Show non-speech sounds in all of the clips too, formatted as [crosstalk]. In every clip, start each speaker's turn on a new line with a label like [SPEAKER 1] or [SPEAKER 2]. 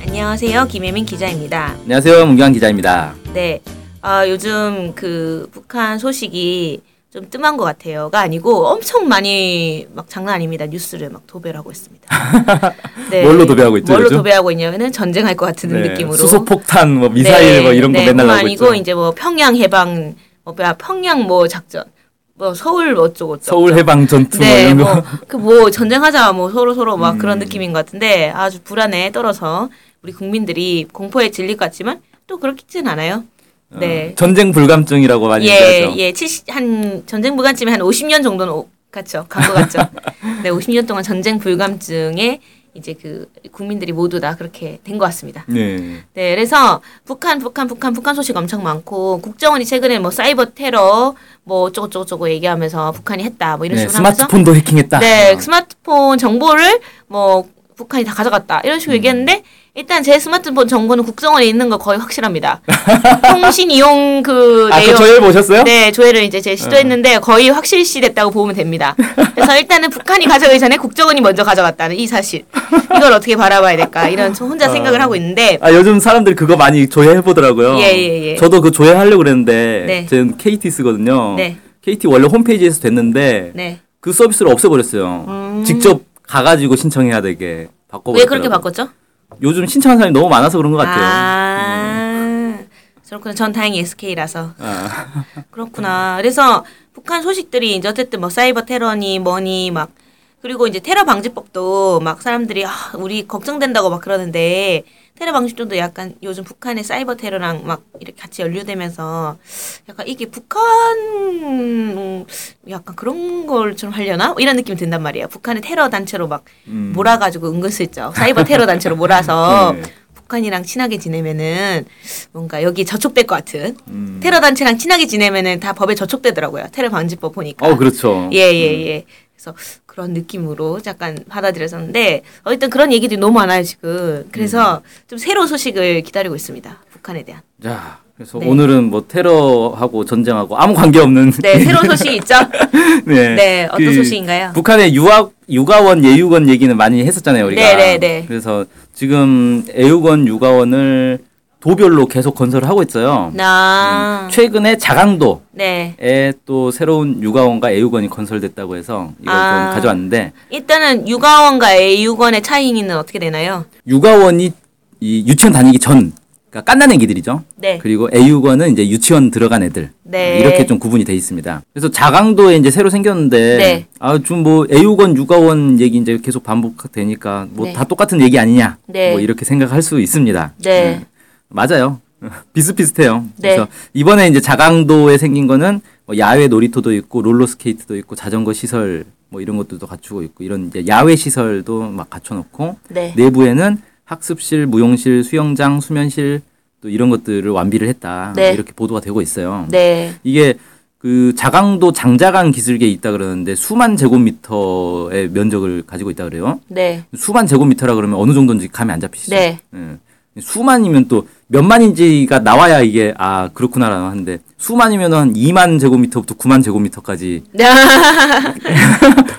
[SPEAKER 1] 안녕하세요. 김혜민 기자입니다.
[SPEAKER 2] 안녕하세요. 문경환 기자입니다.
[SPEAKER 1] 네. 아, 요즘 그 북한 소식이 좀 뜸한 것 같아요가 아니고 엄청 많이 막 장난 아닙니다. 뉴스를 막 도배를 하고
[SPEAKER 2] [laughs]
[SPEAKER 1] 있습니다. 네.
[SPEAKER 2] 뭘로 도배하고 있죠,
[SPEAKER 1] 뭘로
[SPEAKER 2] 요즘? 네,
[SPEAKER 1] 도배하고 있냐면은 전쟁할 것 같은 느낌으로.
[SPEAKER 2] 수소폭탄, 뭐 미사일
[SPEAKER 1] 네,
[SPEAKER 2] 뭐 이런 거
[SPEAKER 1] 네, 그거
[SPEAKER 2] 맨날 나오고
[SPEAKER 1] 아니고
[SPEAKER 2] 있죠.
[SPEAKER 1] 이제 뭐 평양 해방 뭐 뭐야, 평양 뭐 작전 뭐 서울 뭐 어쩌고 저쩌고
[SPEAKER 2] 서울 해방 전투 뭐
[SPEAKER 1] 네,
[SPEAKER 2] 이런 거. 음.
[SPEAKER 1] 뭐, 그 뭐, 전쟁하자, 뭐, 서로서로 막 그런 느낌인 것 같은데, 아주 불안에 떨어서, 우리 국민들이 공포에 질릴 것 같지만, 또 그렇진 않아요. 네.
[SPEAKER 2] [laughs] 전쟁 불감증이라고 많이
[SPEAKER 1] 예,
[SPEAKER 2] 얘기하죠.
[SPEAKER 1] 예, 70, 한, 전쟁 불감증이 한 50년 정도는 오- 갔죠. 간 것
[SPEAKER 2] [laughs]
[SPEAKER 1] 같죠. 네, 50년 동안 전쟁 불감증에, 이제 그, 국민들이 모두 다 그렇게 된 것 같습니다.
[SPEAKER 2] 네.
[SPEAKER 1] 네, 그래서 북한, 북한, 북한, 북한 소식 엄청 많고, 국정원이 최근에 뭐 사이버 테러, 뭐 어쩌고저쩌고 얘기하면서 북한이 했다, 뭐 이런
[SPEAKER 2] 네,
[SPEAKER 1] 식으로 하면서.
[SPEAKER 2] 스마트폰도 해킹했다. 아,
[SPEAKER 1] 네, 스마트폰 정보를 뭐 북한이 다 가져갔다 이런
[SPEAKER 2] 음.
[SPEAKER 1] 식으로 얘기했는데 일단 제 스마트폰 정보는 국정원에 있는 거 거의 확실합니다. [laughs] 통신 이용 그
[SPEAKER 2] 아, 그
[SPEAKER 1] 내용
[SPEAKER 2] 조회 보셨어요? 음.
[SPEAKER 1] 네 조회를 이제 제 시도했는데 거의 확실시 됐다고 보면 됩니다. 그래서 일단은 북한이 가져가기 전에 국정원이 먼저 가져갔다는 이 사실 이걸 어떻게 바라봐야 될까 이런 저 혼자 생각을 하고 있는데
[SPEAKER 2] 아, 요즘 사람들이 그거 많이 조회해 보더라고요.
[SPEAKER 1] 예, 예, 예.
[SPEAKER 2] 저도 그 조회하려고 그랬는데
[SPEAKER 1] 네.
[SPEAKER 2] 저는 KT 쓰거든요.
[SPEAKER 1] 네.
[SPEAKER 2] KT 원래 홈페이지에서 됐는데
[SPEAKER 1] 네.
[SPEAKER 2] 그 서비스를 없애버렸어요. 직접 가가지고 신청해야 되게
[SPEAKER 1] 음.
[SPEAKER 2] 바꿔버렸어요.
[SPEAKER 1] 왜 그렇게 바꿨죠?
[SPEAKER 2] 요즘 신청한 사람이 너무 많아서 그런 것 같아요. 음.
[SPEAKER 1] 아, 그렇구나. 전 다행히 SK라서.
[SPEAKER 2] 아. [laughs]
[SPEAKER 1] 그렇구나. 그래서 북한 소식들이 이제 어쨌든 뭐 사이버 테러니 뭐니 막 그리고 이제 테러 방지법도 막 사람들이 아, 우리 걱정된다고 막 그러는데 테러 방지법도 약간 요즘 북한의 사이버 테러랑 막 이렇게 같이 연루되면서 약간 이게 북한 음, 약간 그런 걸 좀 하려나 뭐 이런 느낌이 든단 말이에요. 북한의 테러 단체로 막 몰아가지고 은근슬쩍 사이버 테러 단체로 몰아서
[SPEAKER 2] 음.
[SPEAKER 1] 어.
[SPEAKER 2] [laughs] 네.
[SPEAKER 1] 북한이랑 친하게 지내면은 뭔가 여기 저촉될 것 같은
[SPEAKER 2] 음.
[SPEAKER 1] 테러 단체랑 친하게 지내면은 다 법에 저촉되더라고요. 테러 방지법 보니까.
[SPEAKER 2] 어, 그렇죠.
[SPEAKER 1] 예, 예, 예. 그래서 그런 느낌으로 약간 받아들였었는데 어쨌든 그런 얘기들이 너무 많아요, 지금. 그래서
[SPEAKER 2] 음.
[SPEAKER 1] 좀 새로운 소식을 기다리고 있습니다. 북한에 대한.
[SPEAKER 2] 자, 그래서
[SPEAKER 1] 네.
[SPEAKER 2] 오늘은 뭐 테러하고 전쟁하고 아무 관계 없는
[SPEAKER 1] 네, 새로운 소식이 있죠?
[SPEAKER 2] [laughs] 네.
[SPEAKER 1] 네, 어떤 소식인가요?
[SPEAKER 2] 북한의 유학 유가원 예우원 얘기는 많이 했었잖아요, 우리가.
[SPEAKER 1] 네, 네, 네.
[SPEAKER 2] 그래서 지금 예우원 유가원을 도별로 계속 건설을 하고 있어요.
[SPEAKER 1] 네. 나.
[SPEAKER 2] 최근에 자강도에
[SPEAKER 1] 네.
[SPEAKER 2] 또 새로운 유가원과 예우원이 건설됐다고 해서 이걸
[SPEAKER 1] 아.
[SPEAKER 2] 좀 가져왔는데
[SPEAKER 1] 일단은 육아원과 애육원의 차이는 어떻게 되나요?
[SPEAKER 2] 유가원이 이 유치원 다니기 전 그러니까 깐난 애기들이죠.
[SPEAKER 1] 네.
[SPEAKER 2] 그리고 애육원은 이제 유치원 들어간 애들
[SPEAKER 1] 네.
[SPEAKER 2] 이렇게 좀 구분이 돼 있습니다. 그래서 자강도에 이제 새로 생겼는데
[SPEAKER 1] 네.
[SPEAKER 2] 아좀 뭐 애육원 육아원 얘기 이제 계속 반복되니까 뭐
[SPEAKER 1] 네.
[SPEAKER 2] 다 똑같은 얘기 아니냐
[SPEAKER 1] 네.
[SPEAKER 2] 뭐 이렇게 생각할 수 있습니다.
[SPEAKER 1] 네.
[SPEAKER 2] 맞아요. [laughs] 비슷비슷해요.
[SPEAKER 1] 네.
[SPEAKER 2] 그래서 이번에 이제 자강도에 생긴 거는 뭐 야외 놀이터도 있고 롤러스케이트도 있고 자전거 시설 뭐 이런 것들도 갖추고 있고 이런 이제 야외 시설도 막 갖춰놓고
[SPEAKER 1] 네.
[SPEAKER 2] 내부에는 학습실, 무용실, 수영장, 수면실 또 이런 것들을 완비를 했다
[SPEAKER 1] 네.
[SPEAKER 2] 이렇게 보도가 되고 있어요.
[SPEAKER 1] 네.
[SPEAKER 2] 이게 그 자강도 장자강 기슭에 있다 그러는데 수만 제곱미터의 면적을 가지고 있다 그래요.
[SPEAKER 1] 네.
[SPEAKER 2] 수만 제곱미터라 그러면 어느 정도인지 감이 안 잡히시죠?
[SPEAKER 1] 네.
[SPEAKER 2] 예. 수만이면 또 몇만인지가 나와야 이게 아 그렇구나라고 하는데 수만이면 한 2만 제곱미터부터 9만 제곱미터까지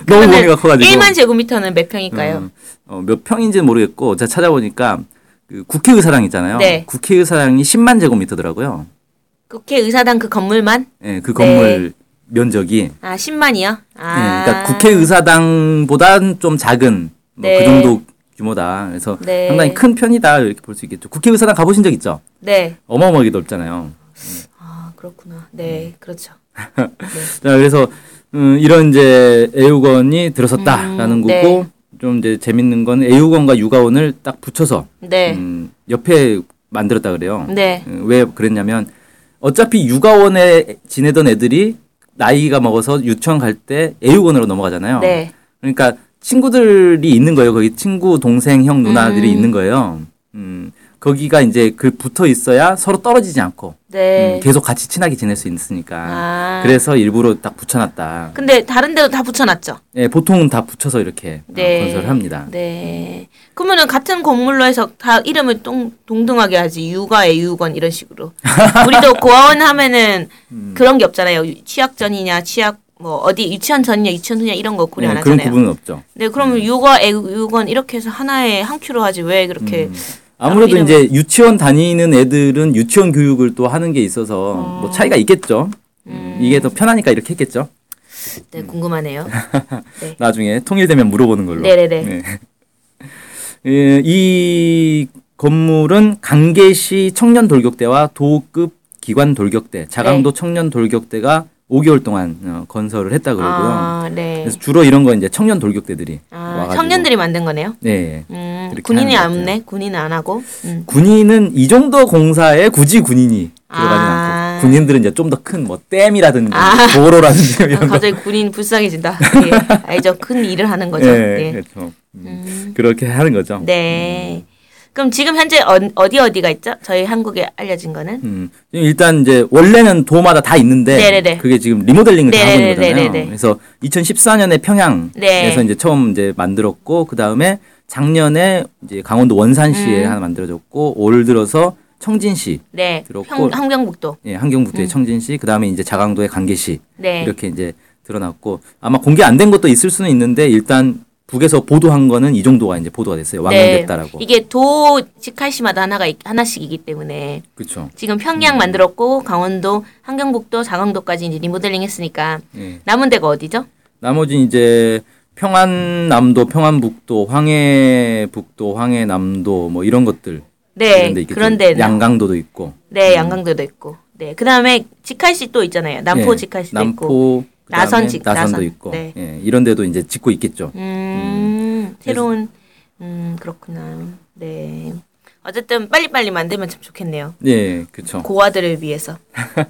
[SPEAKER 2] 너무 범위가 커가지고
[SPEAKER 1] 1만 아, 네. 제곱미터는 몇 평일까요?
[SPEAKER 2] 음, 어, 몇 평인지는 모르겠고 제가 찾아보니까 그 국회의사당 있잖아요.
[SPEAKER 1] 네.
[SPEAKER 2] 국회의사당이 10만 제곱미터더라고요.
[SPEAKER 1] 국회 의사당 그 건물만?
[SPEAKER 2] 예, 그 건물
[SPEAKER 1] 네.
[SPEAKER 2] 면적이
[SPEAKER 1] 아, 10만이요? 아.
[SPEAKER 2] 예, 그러니까 국회의사당보단 좀 작은 뭐
[SPEAKER 1] 네.
[SPEAKER 2] 그 정도 규모다. 그래서
[SPEAKER 1] 네.
[SPEAKER 2] 상당히 큰 편이다 이렇게 볼 수 있겠죠. 국회의사당 가보신 적 있죠?
[SPEAKER 1] 네.
[SPEAKER 2] 어마어마하게 넓잖아요.
[SPEAKER 1] 아, 그렇구나. 네,
[SPEAKER 2] 음.
[SPEAKER 1] 그렇죠.
[SPEAKER 2] 자, 그래서 음, 이런 이제 애우건이 들어섰다라는
[SPEAKER 1] 음,
[SPEAKER 2] 거고 좀 이제 재밌는 건 애우건과 육아원을 딱 붙여서
[SPEAKER 1] 네.
[SPEAKER 2] 음, 옆에 만들었다 그래요.
[SPEAKER 1] 네.
[SPEAKER 2] 음, 왜 그랬냐면 어차피 육아원에 지내던 애들이 나이가 먹어서 유치원 갈 때 애육원으로 넘어가잖아요.
[SPEAKER 1] 네.
[SPEAKER 2] 그러니까 친구들이 있는 거예요. 거기 친구, 동생, 형, 누나들이 있는 거예요. 음, 거기가 이제 그 붙어 있어야 서로 떨어지지 않고
[SPEAKER 1] 네.
[SPEAKER 2] 음, 계속 같이 친하게 지낼 수 있으니까.
[SPEAKER 1] 아.
[SPEAKER 2] 그래서 일부러 딱 붙여놨다.
[SPEAKER 1] 근데 다른 데도 다 붙여 놨죠.
[SPEAKER 2] 예, 보통은 다 붙여서 이렇게 어,
[SPEAKER 1] 네.
[SPEAKER 2] 건설을 합니다.
[SPEAKER 1] 네. 그러면은 같은 건물로 해서 다 이름을 동, 동등하게 하지. 육아의 육원 이런
[SPEAKER 2] [laughs]
[SPEAKER 1] 식으로. 우리도 고아원 하면은
[SPEAKER 2] 음.
[SPEAKER 1] 그런 게 없잖아요. 유- 취약 전이냐, 취약 뭐 어디 유치원 전이냐, 유치원 후냐 이런 거 고려 안
[SPEAKER 2] 예, 그런
[SPEAKER 1] 하잖아요.
[SPEAKER 2] 구분은 없죠.
[SPEAKER 1] 네, 그러면 육아, 애육원 이렇게 해서 하나의 한 큐로 하지 왜 그렇게
[SPEAKER 2] 아무래도
[SPEAKER 1] 이름은-
[SPEAKER 2] 이제 유치원 다니는 애들은 유치원 교육을 또 하는 게 있어서
[SPEAKER 1] 음.
[SPEAKER 2] 뭐 차이가 있겠죠. 이게 더 편하니까 이렇게 했겠죠.
[SPEAKER 1] 네, 궁금하네요.
[SPEAKER 2] 나중에 통일되면 물어보는 걸로.
[SPEAKER 1] 네네네.
[SPEAKER 2] 음. 네. 예, 이 건물은 강계시 청년 돌격대와 도급 기관 돌격대, 자강도
[SPEAKER 1] 네.
[SPEAKER 2] 청년 돌격대가 5개월 동안 어, 건설을 했다 그러고요.
[SPEAKER 1] 아, 네.
[SPEAKER 2] 그래서 주로 이런 건 이제 청년 돌격대들이
[SPEAKER 1] 아,
[SPEAKER 2] 와가지고
[SPEAKER 1] 청년들이 만든 거네요.
[SPEAKER 2] 네.
[SPEAKER 1] 음,
[SPEAKER 2] 이렇게
[SPEAKER 1] 군인이
[SPEAKER 2] 하는 것
[SPEAKER 1] 없네. 군인은 안 하고.
[SPEAKER 2] [laughs]
[SPEAKER 1] 음.
[SPEAKER 2] 군인은 이 정도 공사에 굳이 군인이 들어가지
[SPEAKER 1] 아.
[SPEAKER 2] 않고 군인들은 이제 좀 더 큰 뭐 댐이라든지 도로라든지 [laughs]
[SPEAKER 1] 아,
[SPEAKER 2] 이런 거
[SPEAKER 1] 갑자기 군인
[SPEAKER 2] [laughs]
[SPEAKER 1] 불쌍해진다. 예. 알죠. 큰 일을 하는 거죠.
[SPEAKER 2] 예,
[SPEAKER 1] 네.
[SPEAKER 2] 그렇죠. 음,
[SPEAKER 1] 음.
[SPEAKER 2] 그렇게 하는 거죠.
[SPEAKER 1] 네. 그럼 지금 현재 어, 어디 어디가 있죠? 저희 한국에 알려진 거는?
[SPEAKER 2] 음, 지금 일단 이제 원래는 도마다 다 있는데
[SPEAKER 1] 네네네.
[SPEAKER 2] 그게 지금 리모델링을 다 하고 있는 거잖아요.
[SPEAKER 1] 네네네네네.
[SPEAKER 2] 그래서 2014년에 평양에서
[SPEAKER 1] 네.
[SPEAKER 2] 이제 처음 이제 만들었고 그 다음에 작년에 이제 강원도 원산시에
[SPEAKER 1] 음.
[SPEAKER 2] 하나 만들어졌고 올 들어서 청진시,
[SPEAKER 1] 네.
[SPEAKER 2] 들었고.
[SPEAKER 1] 평, 항경북도.
[SPEAKER 2] 예, 한경북도의 청진시, 그 다음에 이제 자강도의 강계시
[SPEAKER 1] 네.
[SPEAKER 2] 이렇게 이제 드러났고 아마 공개 안 된 것도 있을 수는 있는데 일단 북에서 보도한 거는 이 정도가 이제 보도가 됐어요. 완공됐다라고.
[SPEAKER 1] 네. 이게 도 직할시마다 하나가 있- 하나씩이기 때문에
[SPEAKER 2] 그렇죠.
[SPEAKER 1] 지금 평양 만들었고 강원도, 한경북도, 자강도까지 이제 리모델링 했으니까
[SPEAKER 2] 예.
[SPEAKER 1] 남은 데가 어디죠?
[SPEAKER 2] 나머지 이제 평안남도, 평안북도, 황해북도, 황해남도 뭐 이런 것들
[SPEAKER 1] 네.
[SPEAKER 2] 이런 데 있겠죠.
[SPEAKER 1] 그런데
[SPEAKER 2] 양강도도 음. 있고
[SPEAKER 1] 네, 양강도도 있고. 네. 그다음에 직할시 또 있잖아요. 남포
[SPEAKER 2] 예,
[SPEAKER 1] 직할시도 있고.
[SPEAKER 2] 남포 그다음에
[SPEAKER 1] 나선 직-
[SPEAKER 2] 나선도
[SPEAKER 1] 나선.
[SPEAKER 2] 있고
[SPEAKER 1] 네.
[SPEAKER 2] 예, 이런 데도 이제 짓고 있겠죠.
[SPEAKER 1] 음. 새로운 음, 그렇구나. 네. 어쨌든 빨리빨리 만들면 참 좋겠네요.
[SPEAKER 2] 예, 그렇죠.
[SPEAKER 1] 고아들을
[SPEAKER 2] [laughs]
[SPEAKER 1] 위해서.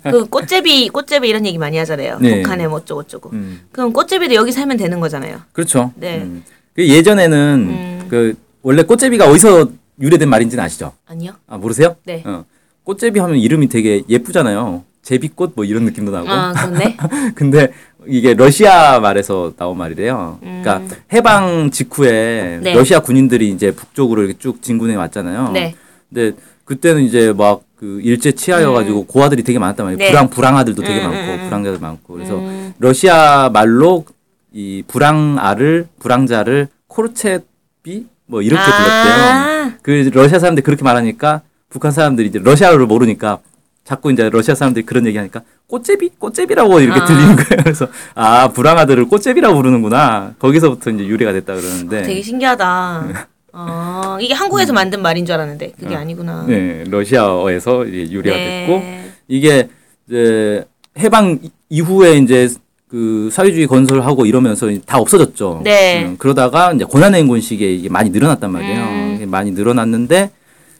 [SPEAKER 1] 그 꽃제비, 꽃제비 이런 얘기 많이 하잖아요.
[SPEAKER 2] 네.
[SPEAKER 1] 북한에 뭐 어쩌고저쩌고.
[SPEAKER 2] 음.
[SPEAKER 1] 그럼 꽃제비도 여기 살면 되는 거잖아요.
[SPEAKER 2] 그렇죠.
[SPEAKER 1] 네. 음.
[SPEAKER 2] 음. 그 예전에는 그 원래 꽃제비가 어디서 유래된 말인지는 아시죠?
[SPEAKER 1] 아니요?
[SPEAKER 2] 아 모르세요?
[SPEAKER 1] 네.
[SPEAKER 2] 어. 꽃제비 하면 이름이 되게 예쁘잖아요. 제비꽃 뭐 이런 느낌도 나고.
[SPEAKER 1] 아,
[SPEAKER 2] [laughs]
[SPEAKER 1] 그렇네.
[SPEAKER 2] 근데 이게 러시아 말에서 나온 말이래요. 그러니까 해방 직후에
[SPEAKER 1] 음. 네.
[SPEAKER 2] 러시아 군인들이 이제 북쪽으로 이렇게 쭉 진군해 왔잖아요.
[SPEAKER 1] 네.
[SPEAKER 2] 근데 그때는 이제 막 그 일제 치하여가지고 고아들이 되게 많았단 말이에요.
[SPEAKER 1] 음. 네.
[SPEAKER 2] 불황 불황아들도 되게
[SPEAKER 1] 음,
[SPEAKER 2] 많고
[SPEAKER 1] 음, 음.
[SPEAKER 2] 불황자들 많고 그래서 러시아 말로 이 불황아를 불황자를 코르체비 뭐 이렇게 불렀대요.
[SPEAKER 1] 아,
[SPEAKER 2] 그 러시아 사람들이 그렇게 말하니까 북한 사람들이 이제 러시아어를 모르니까 자꾸 이제 러시아 사람들이 그런 얘기하니까 꽃제비 꽃제비라고 이렇게
[SPEAKER 1] 아.
[SPEAKER 2] 들리는 거예요. 그래서 아 불황아들을 꽃제비라고 부르는구나. 거기서부터 이제 유래가 됐다 그러는데.
[SPEAKER 1] 아, 되게
[SPEAKER 2] [laughs]
[SPEAKER 1] 신기하다. 어, 이게 한국에서 만든 말인 줄 알았는데 그게 아니구나.
[SPEAKER 2] 음. 네, 러시아어에서 이제 유래가
[SPEAKER 1] 네.
[SPEAKER 2] 됐고 이게 이제 해방 이- 이후에 이제 그 사회주의 건설하고 이러면서 다 없어졌죠.
[SPEAKER 1] 네.
[SPEAKER 2] 음, 그러다가 이제 고난행군 시기에 이게 많이 늘어났단 말이에요.
[SPEAKER 1] 음.
[SPEAKER 2] 이게 많이 늘어났는데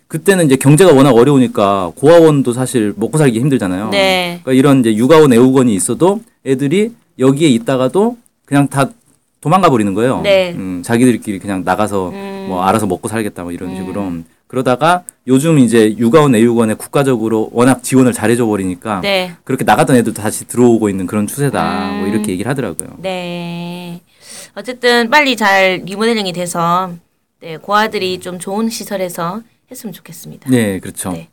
[SPEAKER 2] 그때는 이제 경제가 워낙 어려우니까 고아원도 사실 먹고 살기 힘들잖아요.
[SPEAKER 1] 네.
[SPEAKER 2] 그러니까 이런 이제 육아원, 애우건이 있어도 애들이 여기에 있다가도 그냥 다 도망가 버리는 거예요.
[SPEAKER 1] 네.
[SPEAKER 2] 음, 자기들끼리 그냥 나가서
[SPEAKER 1] 음.
[SPEAKER 2] 뭐 알아서 먹고 살겠다 뭐 이런 식으로 그러다가 요즘 이제 육아원, 애우건에 국가적으로 워낙 지원을 잘해줘 버리니까
[SPEAKER 1] 네.
[SPEAKER 2] 그렇게 나갔던 애들도 다시 들어오고 있는 그런 추세다.
[SPEAKER 1] 음.
[SPEAKER 2] 뭐 이렇게 얘기를 하더라고요.
[SPEAKER 1] 네. 어쨌든 빨리 잘 리모델링이 돼서 네, 고아들이 좀 좋은 시설에서 했으면 좋겠습니다.
[SPEAKER 2] 음. 네, 그렇죠.
[SPEAKER 1] 네.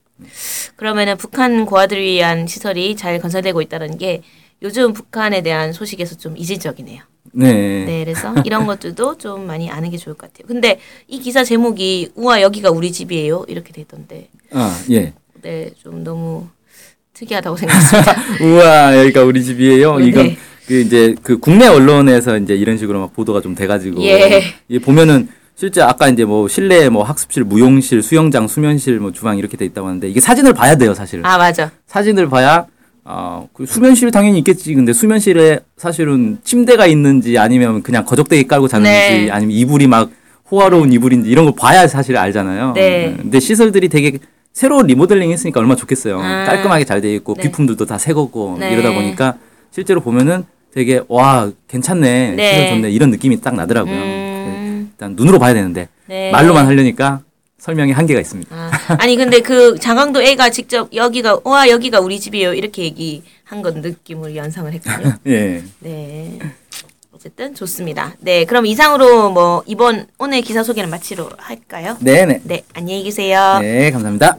[SPEAKER 1] 그러면은 북한 고아들을 위한 시설이 잘 건설되고 있다는 게 요즘 북한에 대한 소식에서 좀 이질적이네요.
[SPEAKER 2] 네.
[SPEAKER 1] 네,
[SPEAKER 2] [laughs]
[SPEAKER 1] 그래서 이런 것들도 좀 많이 아는 게 좋을 것 같아요. 근데 이 기사 제목이 우와 여기가 우리 집이에요 이렇게 돼 있던데,
[SPEAKER 2] 아, 예.
[SPEAKER 1] 네, 좀 너무 특이하다고
[SPEAKER 2] [laughs]
[SPEAKER 1] 생각했습니다.
[SPEAKER 2] 우와, 여기가 우리 집이에요.
[SPEAKER 1] 네.
[SPEAKER 2] 이건 그 이제 그 국내 언론에서 이제 이런 식으로 막 보도가 좀 돼가지고
[SPEAKER 1] 예.
[SPEAKER 2] 이게 보면은 실제 아까 이제 뭐 실내 뭐 학습실, 무용실, 수영장, 수면실, 뭐 주방 이렇게 돼 있다고 하는데 이게 사진을 봐야 돼요, 사실은.
[SPEAKER 1] 아 맞아.
[SPEAKER 2] 사진을 봐야 어, 그 수면실 당연히 있겠지. 근데 수면실에 사실은 침대가 있는지 아니면 그냥 거적대기 깔고 자는지
[SPEAKER 1] 네.
[SPEAKER 2] 아니면 이불이 막 호화로운 이불인지 이런 걸 봐야 사실 알잖아요.
[SPEAKER 1] 네.
[SPEAKER 2] 음, 근데 시설들이 되게 새로 리모델링 했으니까 얼마나 좋겠어요.
[SPEAKER 1] 아.
[SPEAKER 2] 깔끔하게 잘 돼 있고
[SPEAKER 1] 네.
[SPEAKER 2] 비품들도 다 새 거고
[SPEAKER 1] 네.
[SPEAKER 2] 이러다 보니까 실제로 보면은 되게 와 괜찮네
[SPEAKER 1] 네.
[SPEAKER 2] 시설 좋네 이런 느낌이 딱 나더라고요.
[SPEAKER 1] 음,
[SPEAKER 2] 일단 눈으로 봐야 되는데
[SPEAKER 1] 네.
[SPEAKER 2] 말로만 하려니까 설명이 한계가 있습니다. [laughs]
[SPEAKER 1] 아, 아니 근데 그 장강도 애가 직접 여기가 우와 여기가 우리 집이에요 이렇게 얘기한 건 느낌을 연상을
[SPEAKER 2] [laughs]
[SPEAKER 1] 했거든요.
[SPEAKER 2] 예.
[SPEAKER 1] 네. 어쨌든 좋습니다. 네, 그럼 이상으로 뭐 이번 오늘 기사 소개는 마치로 할까요?
[SPEAKER 2] 네네.
[SPEAKER 1] 네, 안녕히 계세요.
[SPEAKER 2] 네 감사합니다.